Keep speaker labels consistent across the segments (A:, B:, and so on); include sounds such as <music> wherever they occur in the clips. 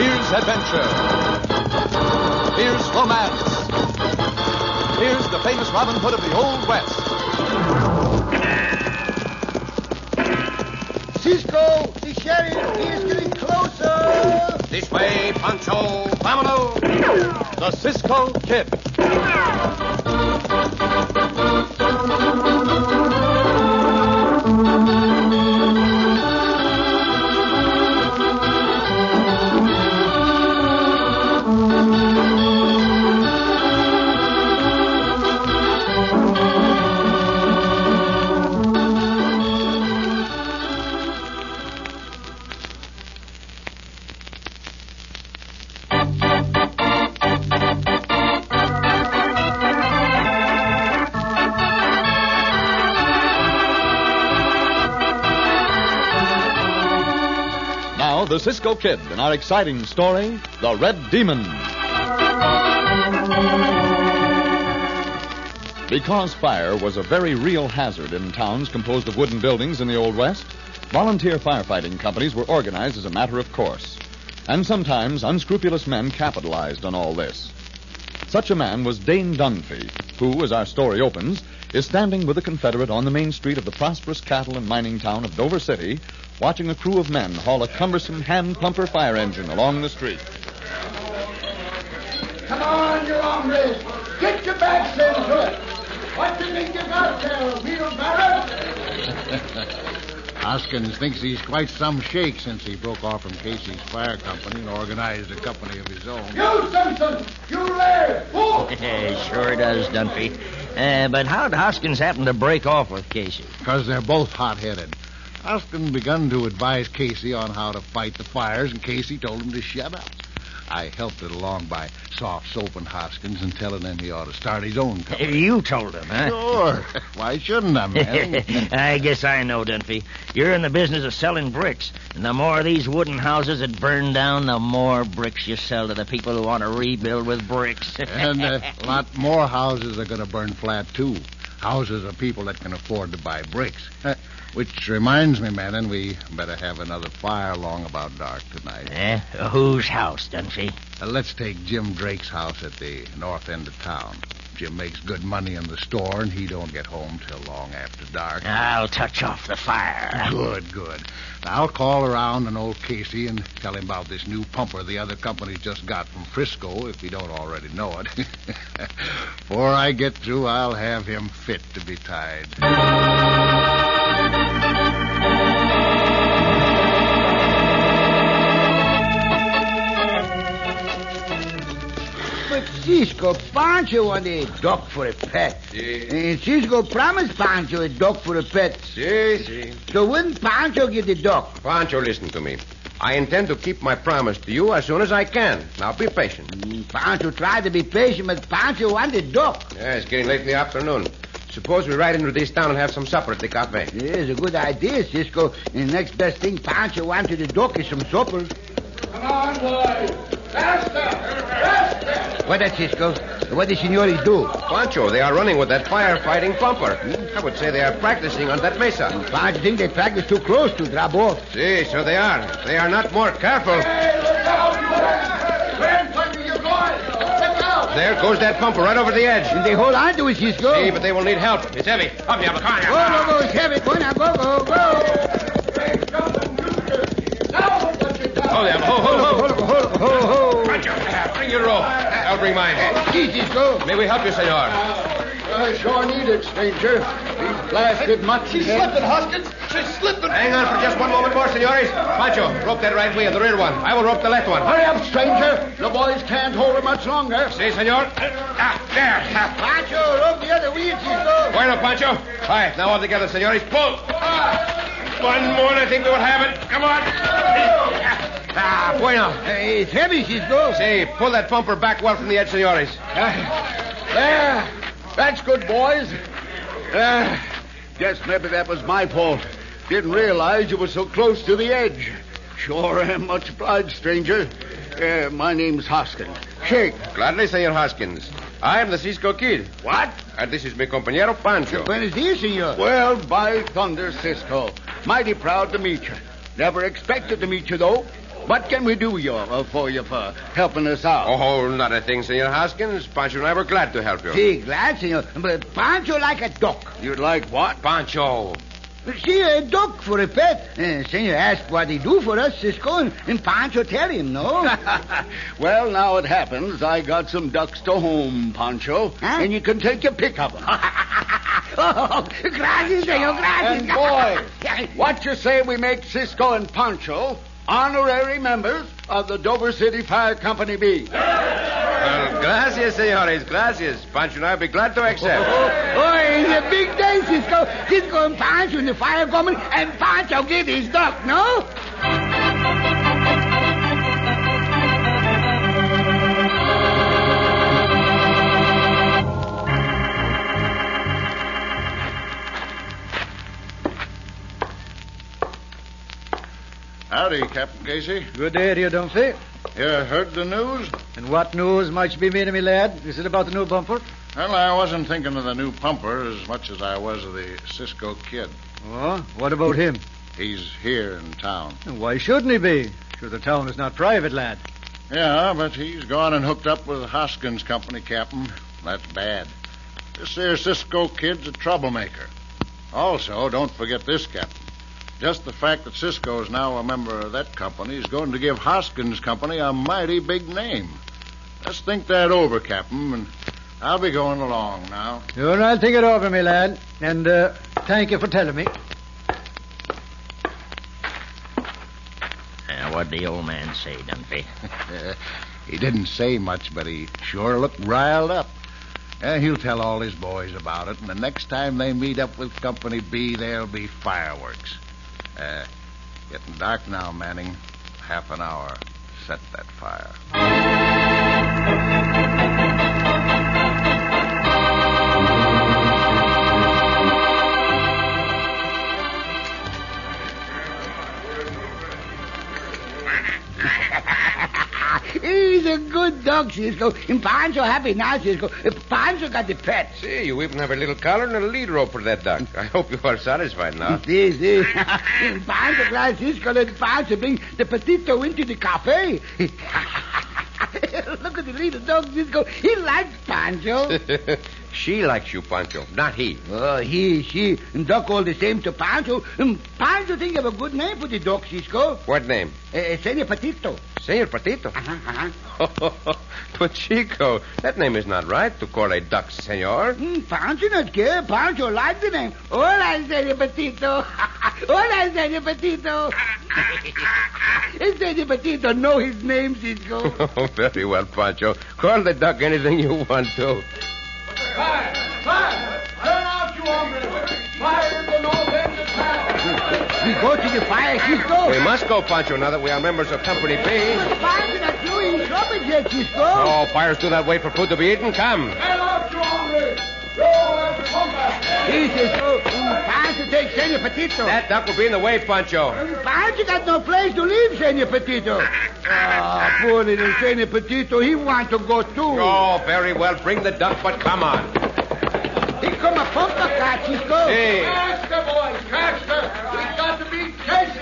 A: adventure. Here's romance. Here's the famous Robin Hood of the Old West.
B: Cisco, the sheriff, he is getting closer.
A: This way, Pancho. Vámonos. The Cisco Kid. Now, the Cisco Kid in our exciting story, The Red Demon. Because fire was a very real hazard in towns composed of wooden buildings in the Old West, volunteer firefighting companies were organized as a matter of course. And sometimes unscrupulous men capitalized on all this. Such a man was Dane Dunphy, who, as our story opens, is standing with a Confederate on the main street of the prosperous cattle and mining town of Dover City, watching a crew of men haul a cumbersome hand pumper fire engine along the street.
B: Come on, you hombres. Get your backs into it. What do you think you got there, wheelbarrow?
C: Hoskins thinks he's quite some shake since he broke off from Casey's fire company and organized a company of his own.
B: You, Simpson. You there.
D: <laughs>
B: Fool.
D: sure does, Dunphy. Uh, but how'd Hoskins happen to break off with Casey?
C: Because they're both hot-headed. Hoskins begun to advise Casey on how to fight the fires, and Casey told him to shut up. I helped it along by soft soaping Hoskins and telling him he ought to start his own company.
D: <laughs> You told him, huh?
C: Sure. Why shouldn't I, man?
D: <laughs> I guess I know, Dunphy. You're in the business of selling bricks. And the more of these wooden houses that burn down, the more bricks you sell to the people who want to rebuild with bricks. <laughs>
C: and uh, a lot more houses are going to burn flat, too. Houses of people that can afford to buy bricks. Uh, which reminds me, Madden, we better have another fire long about dark tonight.
D: Eh? whose house, Dunphy?
C: Uh, let's take Jim Drake's house at the north end of town. Jim makes good money in the store, and he don't get home till long after dark.
D: I'll touch off the <laughs> fire.
C: Good, good. I'll call around an old Casey and tell him about this new pumper the other company just got from Frisco, if he don't already know it. <laughs> Before I get through, I'll have him fit to be tied.
B: But Cisco, Pancho want a dog for a pet. And Cisco promised Pancho a dog for a pet.
E: See, see.
B: So wouldn't Pancho get the dog?
E: Pancho, listen to me. I intend to keep my promise to you as soon as I can. Now be patient.
B: Mm, Pancho tried to be patient, but Pancho want a dog.
E: Yeah, it's getting late in the afternoon. Suppose we ride into this town and have some supper at the cafe.
B: Yes, a good idea, Cisco. And the next best thing Pancho wanted to dock is some supper. Come on, boys. Faster! Faster! What that, Cisco? What the senores do?
E: Pancho, they are running with that firefighting pumper. I would say they are practicing on that mesa.
B: Pancho think they practice too close to drop off.
E: See, so they are. If They are not more careful. There goes that pumper right over the edge.
B: And they hold on to it, Cisco.
E: See, but they will need help. It's heavy. Up, Yabba, come on,
B: Go,
E: Yabba.
B: go, go, Chevy. Go now, go, go, go.
E: Hold, Yabba. Ho, ho, ho.
B: Ho, ho, ho, ho.
E: Pancho, Yabba, bring your rope. I'll bring mine.
B: Gee, Cisco.
E: May we help you, senor?
B: I sure need it, stranger. These blasted monkeys. She's slipping, Hoskins. She's slipping.
E: Hang on for just one moment more, senores. Pancho, rope that right wheel, the rear one. I will rope the left one.
B: Hurry up, stranger. The boys can't hold her much longer.
E: See, senor? Ah, there. Ah.
B: Pancho, rope the other wheel, Cisco.
E: Bueno, Pancho. All right, now all together, senores. Pull. Ah. One more, and I think we will have it. Come on. Ah, bueno.
B: Hey, it's heavy, Cisco.
E: See, pull that bumper back well from the edge, senores.
B: uh, There. That's good, boys. Uh, guess maybe that was my fault. Didn't realize you were so close to the edge. Sure am much obliged, stranger. Uh, my name's Hoskins. Shake.
E: Gladly, Senor Hoskins. I am the Cisco Kid. What? And this is my compañero Pancho.
B: Buenos dias, senor. Well, by thunder, Cisco. Mighty proud to meet you. Never expected to meet you, though.
F: What can we do you, uh, for you for helping us out?
E: A whole lot of things, Senor Hoskins. Pancho and I were glad to help you.
B: See, Oh. glad, senor. But Pancho like a duck.
F: You'd like what?
E: Pancho.
B: See, a duck for a pet. Uh, senor asked what he do for us, Cisco, and, and Pancho tell him, no?
F: <laughs> well, now it happens I got some ducks to home, Pancho,
B: Huh?
F: and you can take your pick of 'em.
B: <laughs> oh, gracias, senor, gracias.
F: and boy, what you say we make Cisco and Pancho honorary members of the Dover City Fire Company B?
E: Well, gracias, senores. Gracias. Pancho and I will be glad to accept.
B: Oh, it's a big day, Cisco. Cisco and Pancho in the fire coming, and Pancho give his duck, no?
C: Howdy, Captain Casey.
G: Good day to you, Dunphy.
C: You heard the news?
G: And what news might be made of me, lad? Is it about the new bumper?
C: Well, I wasn't thinking of the new pumper as much as I was of the Cisco kid.
G: Oh, what about him?
C: He's here in town.
G: Why shouldn't he be? Sure, the town is not private, lad.
C: Yeah, but he's gone and hooked up with Hoskins Company, Captain. That's bad. This here Cisco kid's a troublemaker. Also, don't forget this, Captain. Just the fact that Cisco is now a member of that company is going to give Hoskins Company a mighty big name. Let's think that over, Captain, and I'll be going along now.
G: Sure, I'll think it over, me lad. And uh, thank you for telling me.
D: Uh, what'd the old man say, Dunphy?
C: Uh, he didn't say much, but he sure looked riled up. Uh, he'll tell all his boys about it, and the next time they meet up with Company B, there'll be fireworks. Uh, getting dark now, Manning. Half an hour. Set that fire.
B: <laughs> He's a good dog, Cisco. And Pancho happy now, Cisco. Pancho got the pets.
E: See, you even have a little collar and a lead rope for that duck. I hope you are satisfied now.
B: This, this. And Pancho glad Cisco let Pancho bring the potato into the cafe. <laughs> Look at the little dog, Cisco. He likes Pancho.
E: <laughs> she likes you, Pancho, not he.
B: Oh, he, she, and Doc all the same to Pancho. And Pancho think of a good name for the dog, Cisco.
E: What name?
B: Uh, Senor Patito.
E: Senor Patito. <laughs>
B: Uh-huh, uh-huh.
E: but Chico, that name is not right to call a duck senor.
B: Mm, Pancho not care. Pancho like the name. Hola, Senor <laughs> Patito. Hola, Senor <laughs> Patito. Senor Patito know his name, Cisco.
E: <laughs> Oh, very well, Pancho. Call the duck anything you want to.
F: Fire! Fire! Turn out, you hombres! Fire at the north end of town!
B: We go to the fire, Cisco.
E: We must go, Pancho, now that we are members of Company B.
B: Pancho not doing his rubbish yet, Cisco.
E: Oh, fires do not wait for food to be eaten. Come.
F: Turn out, you hombres! Roll out, pumper!
B: He, Cisco. Mm, Pancho take Senor Patito.
E: Oh. That duck will be in the way, Pancho.
B: Pancho got no place to live, Senor
E: <laughs>
B: Petito. Ah, poor little Senor Petito, he want to go too.
E: Oh, very well. Bring the duck, but come on.
B: He come a pumper car, Cisco.
E: Hey,
F: Faster, boys! Faster! We've got to beat Casey!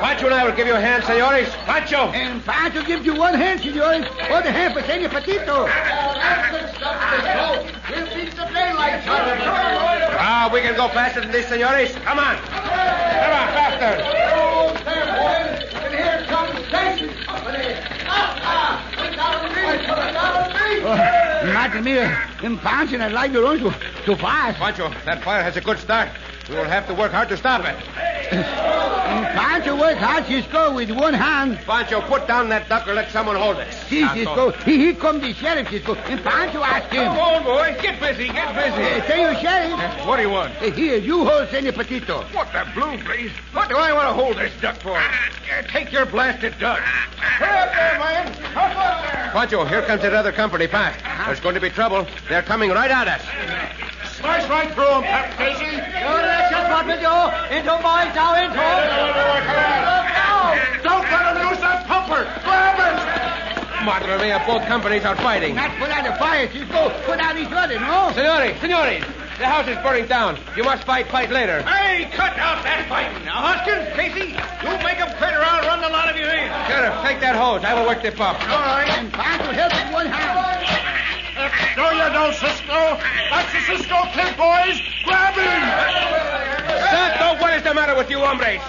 E: Pancho and I will give you a hand, senores. Pancho!
B: And Pancho gives you one hand, senores, or the hand for Senor Petito.
F: That's the stuff, Cisco! We'll beat the daylights out of them!
E: Ah, we can go faster than this, senores. Come on. Come on, faster.
F: Roll there, boys! And here comes Casey Company! Ah, ah! We gotta beat! We gotta beat!
B: Not me. And Pancho not like to run so, so fast.
E: Pancho, that fire has a good start. We will have to work hard to stop it.
B: And Pancho work hard, Cisco, with one hand.
E: Pancho, put down that duck or let someone hold it. Ah,
B: See, Cisco, he, he come the sheriff, Cisco, and Pancho ask him.
E: on, boy. Get busy. Get
B: Uh, Senor Sheriff,
E: What do you want?
B: uh, here, you hold Senor Petito.
E: What the blue, please? What do I want to hold this duck for? Uh, take your blasted duck.
F: Hurry up there, man! Hurry up there!
E: Pancho, oh, here comes another company back. There's going to be trouble. They're coming right at us.
F: Smash right through him, Captain Casey. Don't let him use that pumper. Grab it.
E: Madre mia, both companies are fighting.
B: Not put out the fire, Cisco, put out each other, no?
E: Senores, senores, the house is burning down. You must fight, fight later.
F: Hey, cut out that fighting. Now, Hoskins, Casey, you make him quit or I'll run the lot
H: take that hose. I will work the pump.
D: All right. And Pancho, help with one hand.
H: No, you don't, Cisco. That's the Cisco kid, boys. Grab him. Santo, what is the matter with you hombres?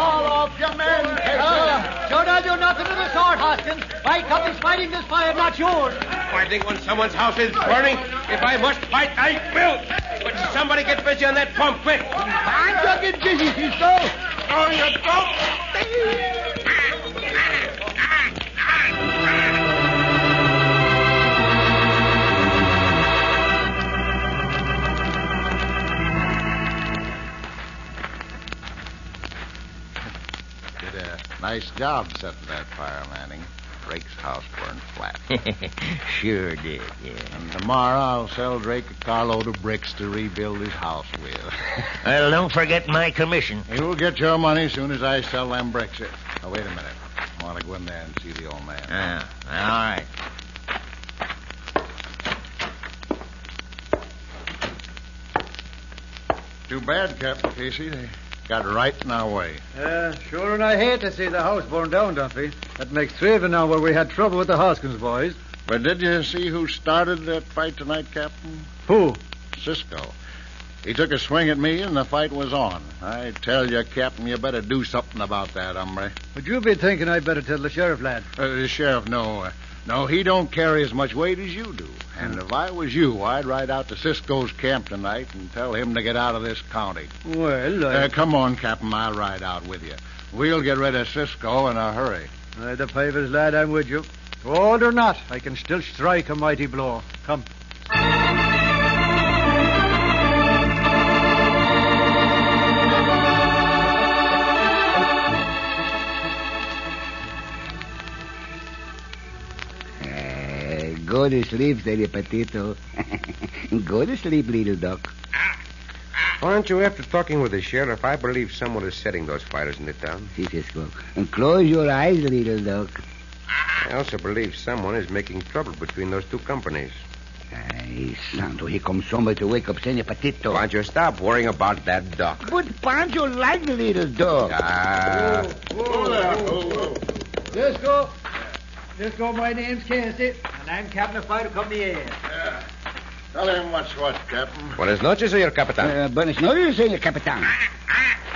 I: All off your men.
B: Oh.
I: don't I do nothing of the sort, Hoskins. My company's fighting this fire, not yours.
H: Fighting when someone's house is burning. If I must fight, I will. But somebody get busy on that pump, quick.
D: Pancho, get busy, Cisco.
H: No, you don't.
C: Did a nice job setting that fire, Manning. Drake's house burned flat.
J: <laughs> sure did, yeah.
C: And tomorrow I'll sell Drake a carload of bricks to rebuild his house with.
J: Well, don't forget my commission.
C: You'll get your money as soon as I sell them bricks. Now, wait a minute. I want to go in there and see the old man.
J: Ah, all right.
C: Too bad, Captain Casey. They got right in our way.
B: Uh, sure, and I hate to see the house burned down, Duffy. That makes three of you now where we had trouble with the Hoskins boys.
C: But did you see who started that fight tonight, Captain?
B: Who?
C: Cisco. He took a swing at me, and the fight was on. I tell you, Captain, you better do something about that, hombre.
B: Would you be thinking I'd better tell the sheriff, lad?
C: Uh, the sheriff, no. Uh, no, he don't carry as much weight as you do. And if I was you, I'd ride out to Cisco's camp tonight and tell him to get out of this county.
B: Well, I,
C: Uh, come on, Captain. I'll ride out with you. We'll get rid of Cisco in a hurry.
B: uh, the favors, lad, I'm with you. Old or not, I can still strike a mighty blow. Come.
D: Uh, go to sleep, Daddy Patito. <laughs> go to sleep, little duck.
E: Aren't you after talking with the sheriff? I believe someone is setting those fires in the town.
D: See, Cisco. And close your eyes, little duck.
E: I also believe someone is making trouble between those two companies.
D: Ay, santo, here comes somebody to wake up Senor Patito.
E: Why don't you stop worrying about that duck?
D: But Pancho like the little dog.
E: Ah,
I: Cisco. Cisco, my name's Cassidy, and I'm captain of fire company A.
C: Tell him what's what, Captain.
E: buenas noches, señor capitán.
D: Uh, buenas noches, Senor Capitan.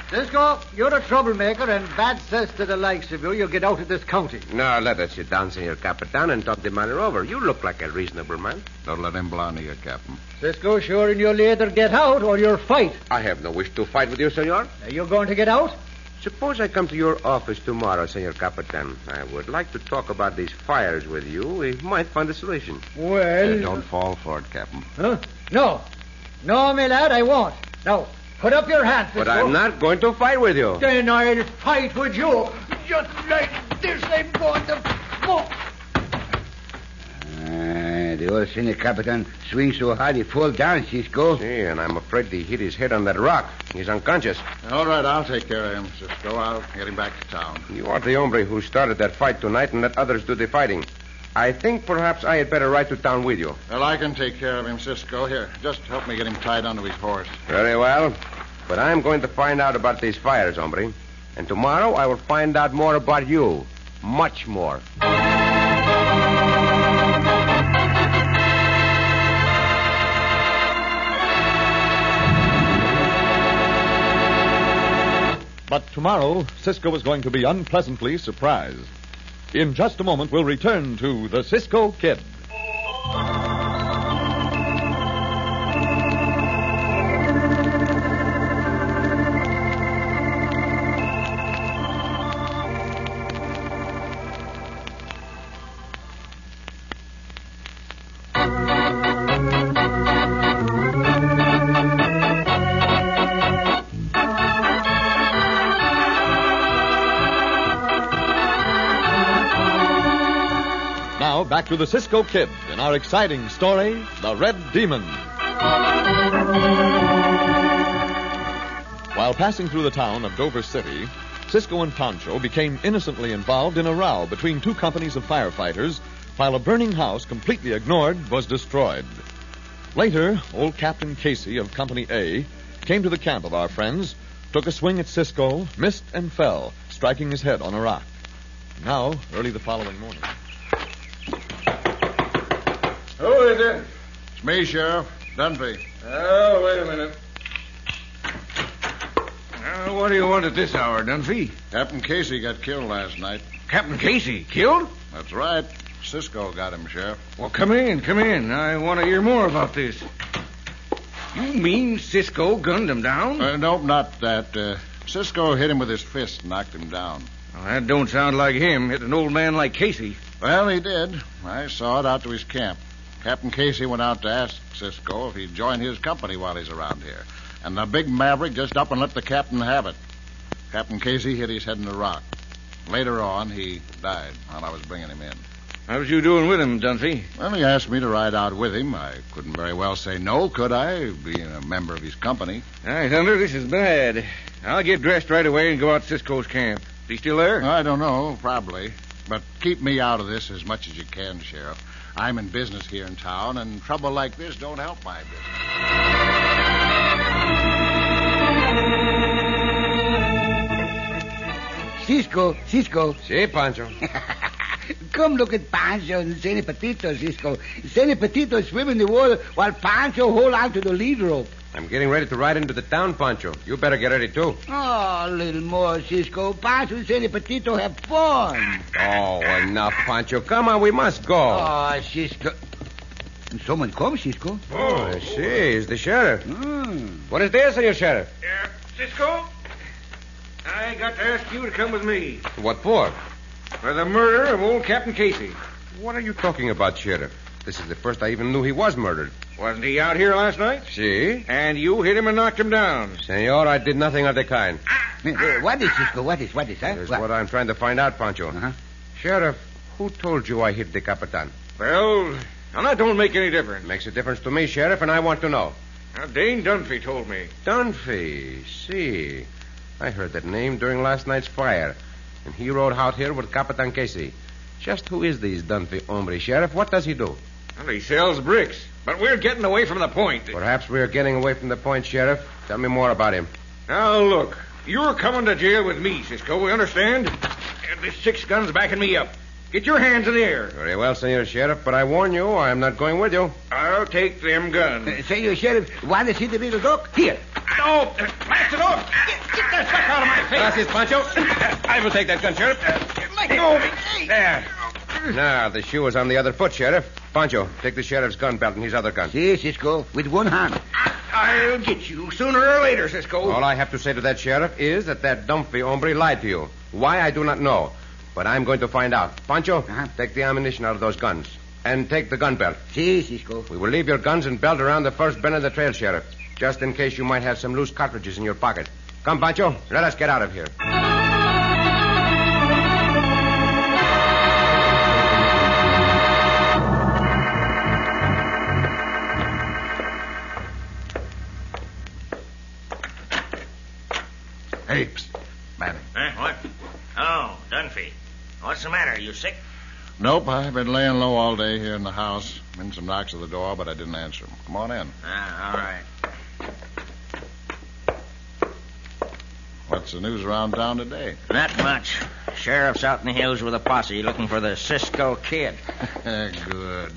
B: Cisco, you're a troublemaker, and bad says to the likes of you, you'll get out of this county.
E: Now, let us sit down, señor capitán, and talk the matter over. You look like a reasonable man.
C: Don't let him blunder you, Captain.
B: Cisco, sure, and you'll either get out or you'll fight.
E: I have no wish to fight with you, señor.
B: Are you going to get out?
E: Suppose I come to your office tomorrow, señor capitán. I would like to talk about these fires with you. We might find a solution.
B: Well.
C: Uh, don't fall for it, Captain.
B: Huh? No. No, my lad, I won't. Now, put up your hands.
E: But I'm not going to fight with you.
B: Then I'll fight with you.
D: Just like this, I'm going to smoke.
E: Uh,
D: the old Senor Capitan swings so hard he falls down, Cisco.
E: See, and I'm afraid he hit his head on that rock. He's unconscious.
C: All right, I'll take care of him, Cisco. I'll get him back to town.
E: You are the hombre who started that fight tonight and let others do the fighting. I think perhaps I had better ride to town with you.
C: Well, I can take care of him, Cisco. Here, just help me get him tied onto his horse.
E: Very well. But I'm going to find out about these fires, hombre. And tomorrow I will find out more about you. Much more.
A: But tomorrow, Cisco is going to be unpleasantly surprised. In just a moment, we'll return to The Cisco Kid. Now, back to The Cisco Kid in our exciting story The Red Demon. While passing through the town of Dover City, Cisco and Pancho became innocently involved in a row between two companies of firefighters while a burning house completely ignored was destroyed. Later, old Captain Casey of Company A came to the camp of our friends, took a swing at Cisco, missed, and fell, striking his head on a rock. Now, early the following morning.
E: Who is it?
C: It's me, Sheriff. Dunphy.
E: Oh, wait a minute.
C: what do you want at this hour, Dunphy? Captain Casey got killed last night.
E: Captain Casey, killed?
C: That's right. Cisco got him, Sheriff.
E: Well, come in, come in. I want to hear more about this. You mean Cisco gunned him down?
C: Uh, nope, not that. Uh, Cisco hit him with his fist and knocked him down.
E: Well, that don't sound like him hitting an old man like Casey.
C: Well, he did. I saw it out to his camp. Captain Casey went out to ask Cisco if he'd join his company while he's around here. And the big maverick just up and let the captain have it. Captain Casey hit his head in a rock. Later on, he died while I was bringing him in.
E: How was you doing with him, Dunphy?
C: Well, he asked me to ride out with him. I couldn't very well say no, could I, being a member of his company?
E: All right, Hunter, this is bad. I'll get dressed right away and go out to Cisco's camp. Is he still there?
C: I don't know, probably. But keep me out of this as much as you can, Sheriff. I'm in business here in town, and trouble like this don't help my business.
D: Cisco, Cisco,
B: See, Pancho.
D: come look at Pancho and Senny Petito, Cisco. Senny Petito swim in the water while Pancho hold on to the lead rope.
B: I'm getting ready to ride into the town, Pancho. You better get ready, too.
D: Oh, a little more, Cisco. Pancho and Senny Petito have fun.
B: Oh, enough, Pancho. Come on, we must go.
D: Oh, Cisco. Someone come, Cisco.
B: Oh, she is the sheriff.
D: Mm.
B: What is this, Senor Sheriff?
E: Yeah. Cisco? I got to ask you to come with me
B: What for?
E: for the murder of old Captain Casey.
B: What are you talking about, Sheriff? This is the first I even knew he was murdered.
E: Wasn't he out here last night?
B: See?
E: And you hit him and knocked him down.
B: Senor, I did nothing of the kind.
D: Eh, eh, What is, Cisco? What is, what is, huh?
B: That is what I'm trying to find out, Pancho.
D: Uh-huh.
B: Sheriff, who told you I hit the Capitan?
E: Well, now that don't make any difference.
B: Makes a difference to me, Sheriff, and I want to know.
E: Now, Dane Dunphy told me.
B: Dunphy, see. I heard that name during last night's fire. And he rode out here with Capitan Casey. Just who is this Dunphy hombre, Sheriff? What does he do?
E: Well, he sells bricks. But we're getting away from the point.
B: Perhaps we are getting away from the point, Sheriff. Tell me more about him.
E: Now, look. You're coming to jail with me, Cisco. We understand? And this six gun's backing me up. Get your hands in the air.
B: Very well, Senor Sheriff, but I warn you, I'm not going with you.
E: I'll take them guns.
D: Eh, Say, you sheriff, want to see the little dog? Here.
E: No, uh, blast it off. Get, get that stuff out of my
B: Gracias,
E: face.
B: Pancho. <clears throat>
E: I will take that gun, Sheriff. Let go of me. There.
B: Now, the shoe is on the other foot, Sheriff. Pancho, take the sheriff's gun belt and his other gun.
D: See, Cisco, with one hand.
E: I'll get you sooner or later, Cisco.
B: All I have to say to that sheriff is that that Dunphy hombre lied to you. Why, I do not know. But I'm going to find out. Pancho,
D: Uh-huh.
B: take the ammunition out of those guns. And take the gun belt.
D: See, Cisco.
B: We will leave your guns and belt around the first bend of the trail, Sheriff. Just in case you might have some loose cartridges in your pocket. Come, Pancho, let us get out of here.
C: Hey, psst, Manning.
K: Huh? What? Oh, Dunphy. What's the matter? You sick?
C: Nope, I've been laying low all day here in the house. Been some knocks at the door, but I didn't answer 'em. Come on in.
K: Ah, all right.
C: What's the news around town today? <laughs>
K: Not much. Sheriff's out in the hills with a posse looking for the Cisco kid.
C: Good.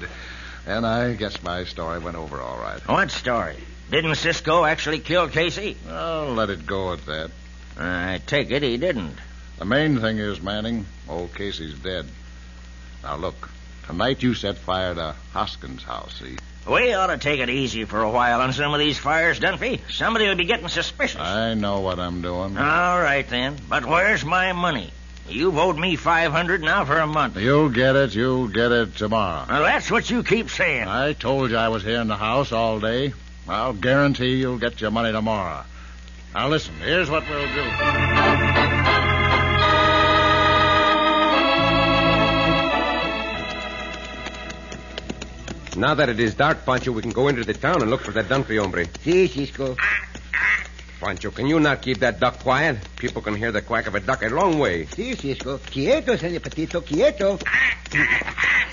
C: And I guess my story went over all right.
K: What story? Didn't Cisco actually kill Casey?
C: I'll let it go at that.
K: I take it he didn't.
C: The main thing is, Manning, old Casey's dead. Now look, tonight you set fire to Hoskins' house, see?
K: We ought to take it easy for a while on some of these fires, Dunphy. Somebody will be getting suspicious.
D: Uh,
C: I know what I'm doing.
K: All right, then. But where's my money? You've owed me 500 now for a month.
C: You'll get it, you'll get it tomorrow.
K: Well, that's what you keep saying.
C: I told you I was here in the house all day. I'll guarantee you'll get your money tomorrow. Now listen, here's what we'll do.
B: Now that it is dark, Pancho, we can go into the town and look for that Dunphy hombre.
D: See, Cisco.
B: Pancho, can you not keep that duck quiet? People can hear the quack of a duck a long way.
D: Sí, Cisco. Quieto, señor Petito, quieto.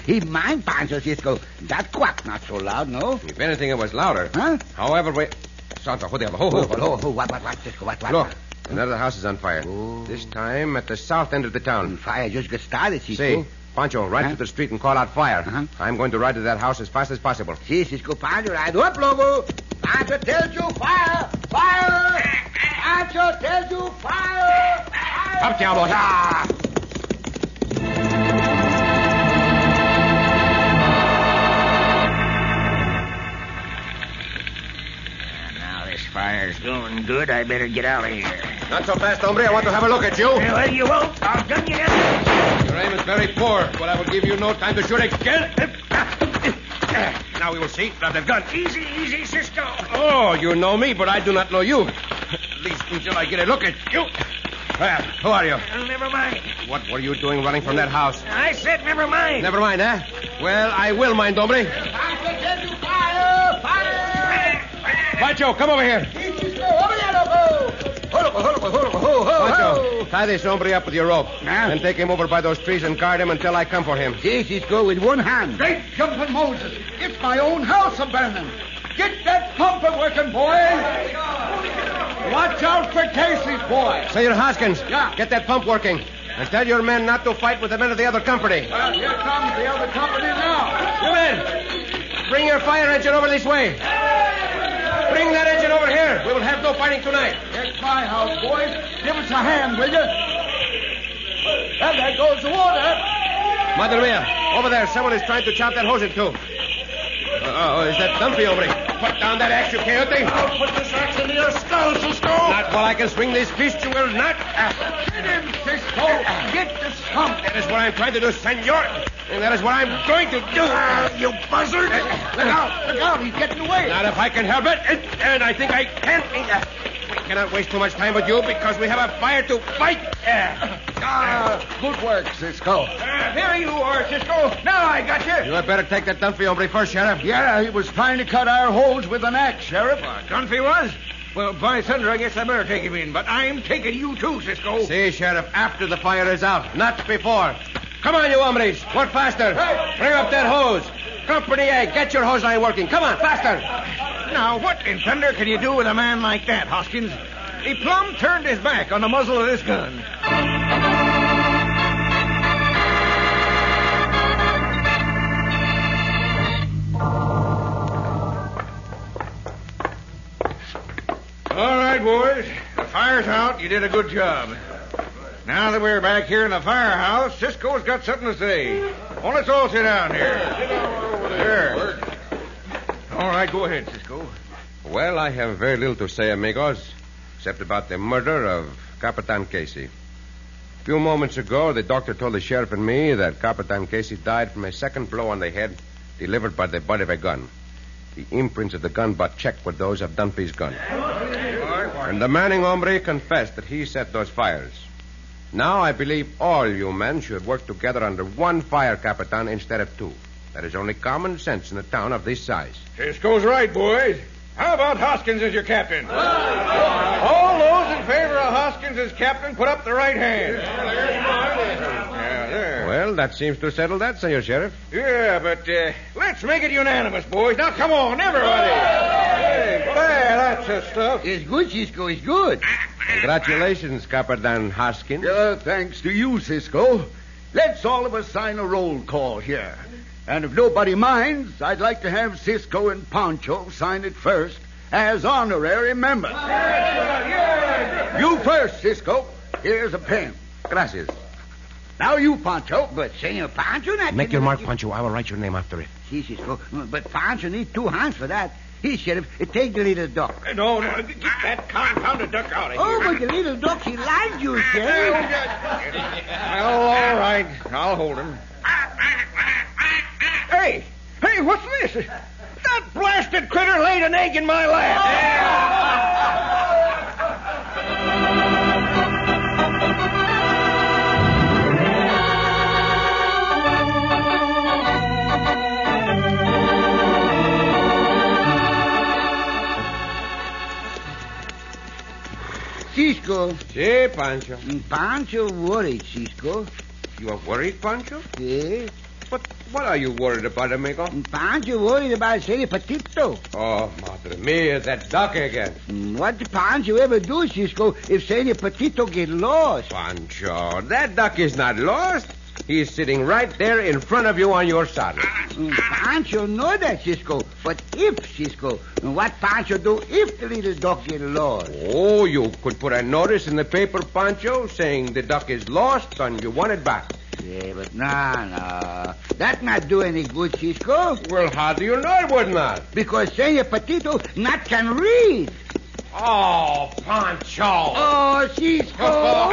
D: He mind Pancho, Cisco. That quack not so loud, no?
B: If anything, it was louder.
D: Huh?
B: However, wait. Santa, what the hell? Ho, ho,
D: Oh,
B: ho.
D: oh, oh, what, what, what, Cisco, what, what?
B: Look, Another house is on fire. This time at the south end of the town.
F: Fire just got started, Cisco.
B: Say, Pancho, ride
F: Huh?
B: to the street and call out fire.
F: Uh-huh.
B: I'm going to ride to that house as fast as possible.
F: Si, Cisco, Pancho, ride up, Lobo. Pancho tells you fire, fire. Pancho tells you fire, fire.
B: Up, Diablos! Ah!
D: Now this fire's going good. I better get out of here.
B: Not so fast, hombre. I want to have a look at you.
D: Well, you won't. I'll gun you down.
B: Your aim is very poor, but I will give you no time to shoot again. Now we will see. Grab the gun.
D: Easy, easy, Cisco.
B: Oh, you know me, but I do not know you. At least until I get a look at you. Well, who are you?
D: Well, never mind.
B: What were you doing running from that house?
D: I said never mind.
B: Never mind, eh? Well, I will mind, hombre.
F: Pancho tells you fire, fire.
B: Pancho, come over here.
F: Si, Cisco, over here, Lobo. Hold up, hold up, hold up, ho, ho, ho.
B: Pancho, tie this hombre up with your rope. And take him over by those trees and guard him until I come for him.
F: Si, Cisco, with one hand.
C: Great jumping Moses. It's my own house a burning. Get that pumper working, boy. Watch out for Casey's boy.
B: Senor Hoskins,
C: Yeah.
B: get that pump working. And tell your men not to fight with the men of the other company.
C: Well, here comes the other company now.
B: You men, bring your fire engine over this way. Bring that engine over here. We will have no fighting tonight.
C: It's my house, boys. Give us a hand, will you? Well, there goes the water.
B: Mother Mia, over there, someone is trying to chop that hose in two. Uh, oh, is that Dumpy, hombre? Put down that axe, you coyote.
L: I'll put this axe into your skull, Cisco.
B: Not while I can swing this fist, you will not. Ah,
C: Get him, Cisco. Get the skunk.
B: that is what I'm trying to do, senor. And that is what I'm going to do. Ah, you buzzard.
C: Look out, look out. He's getting away.
B: Not if I can help it, and, and I think I can. Uh, We cannot waste too much time with you because we have a fire to fight. Uh,
C: Ah, good work, Cisco.
B: here Ah, you are, Cisco. Now I got you. You had better take that Dunphy hombre first, Sheriff.
C: Yeah, he was trying to cut our holes with an axe, Sheriff.
L: Dunphy was? Well, by thunder, I guess I better take him in, but I'm taking you too, Cisco.
B: See, Sheriff, after the fire is out, not before. Come on, you hombres. Work faster. Bring up that hose. Company A, get your hose line working. Come on, faster.
L: Now, what in thunder can you do with a man like that, Hoskins? He plumb turned his back on the muzzle of this gun. All right, boys. The fire's out. You did a good job. Now that we're back here in the firehouse, Cisco's got something to say. Well, let's all sit down here. Sit down over there. All right, go ahead, Cisco.
B: Well, I have very little to say, amigos, except about the murder of Capitan Casey. A few moments ago, the doctor told the sheriff and me that Capitan Casey died from a second blow on the head delivered by the butt of a gun. The imprints of the gun butt checked with those of Dunphy's gun. And the Manning hombre confessed that he set those fires. Now I believe all you men should work together under one fire, Capitan, instead of two. That is only common sense in a town of this size.
L: Cisco's right, boys. How about Hoskins as your captain? All those in favor of Hoskins as captain, put up the right hand. Yeah, there.
B: Well, that seems to settle that, Senor Sheriff.
L: Yeah, but uh, let's make it unanimous, boys. Now, come on, everybody. Hey, well, that's the stuff. Ah,
F: It's good, Cisco, it's good.
B: Congratulations, Capitan Hoskins.
C: Yeah, thanks to you, Cisco. Let's all of us sign a roll call here. And if nobody minds, I'd like to have Cisco and Pancho sign it first as honorary members. You first, Cisco. Here's a pen.
B: Gracias.
C: Now you, Pancho.
F: But Senor Pancho not...
B: Make your mark, Pancho. I will write your name after it.
F: Si, Cisco, but Pancho need two hands for that. Here, Sheriff, eh, take the little duck.
L: No, no, get that confounded duck out of
F: Oh, but the little duck, he likes you, Sheriff.
L: Well, all right. I'll hold him. Hey! Hey, what's this? That blasted critter laid an egg in my lap.
F: Cisco.
B: Si, Pancho.
F: Pancho worried, Cisco.
B: You are worried, Pancho?
F: Yes.
B: But what are you worried about, amigo?
F: Mm,
D: Pancho worried about Senor Petito.
B: Oh, madre mia, that duck again.
D: What Pancho ever do, Cisco, if Senor Petito get lost?
B: Pancho, that duck is not lost. He's sitting right there in front of you on your saddle.
D: Mm, Pancho know that, Cisco. But if, Cisco, what Pancho do if the little dog get lost?
B: Oh, you could put a notice in the paper, Pancho, saying the duck is lost and you want it back.
D: Yeah, but nah, nah. That not do any good, Cisco.
B: Well, how do you know it would not?
D: Because Senor Petito not can read.
B: Oh, Pancho.
D: Oh,
B: <laughs>
D: Cisco.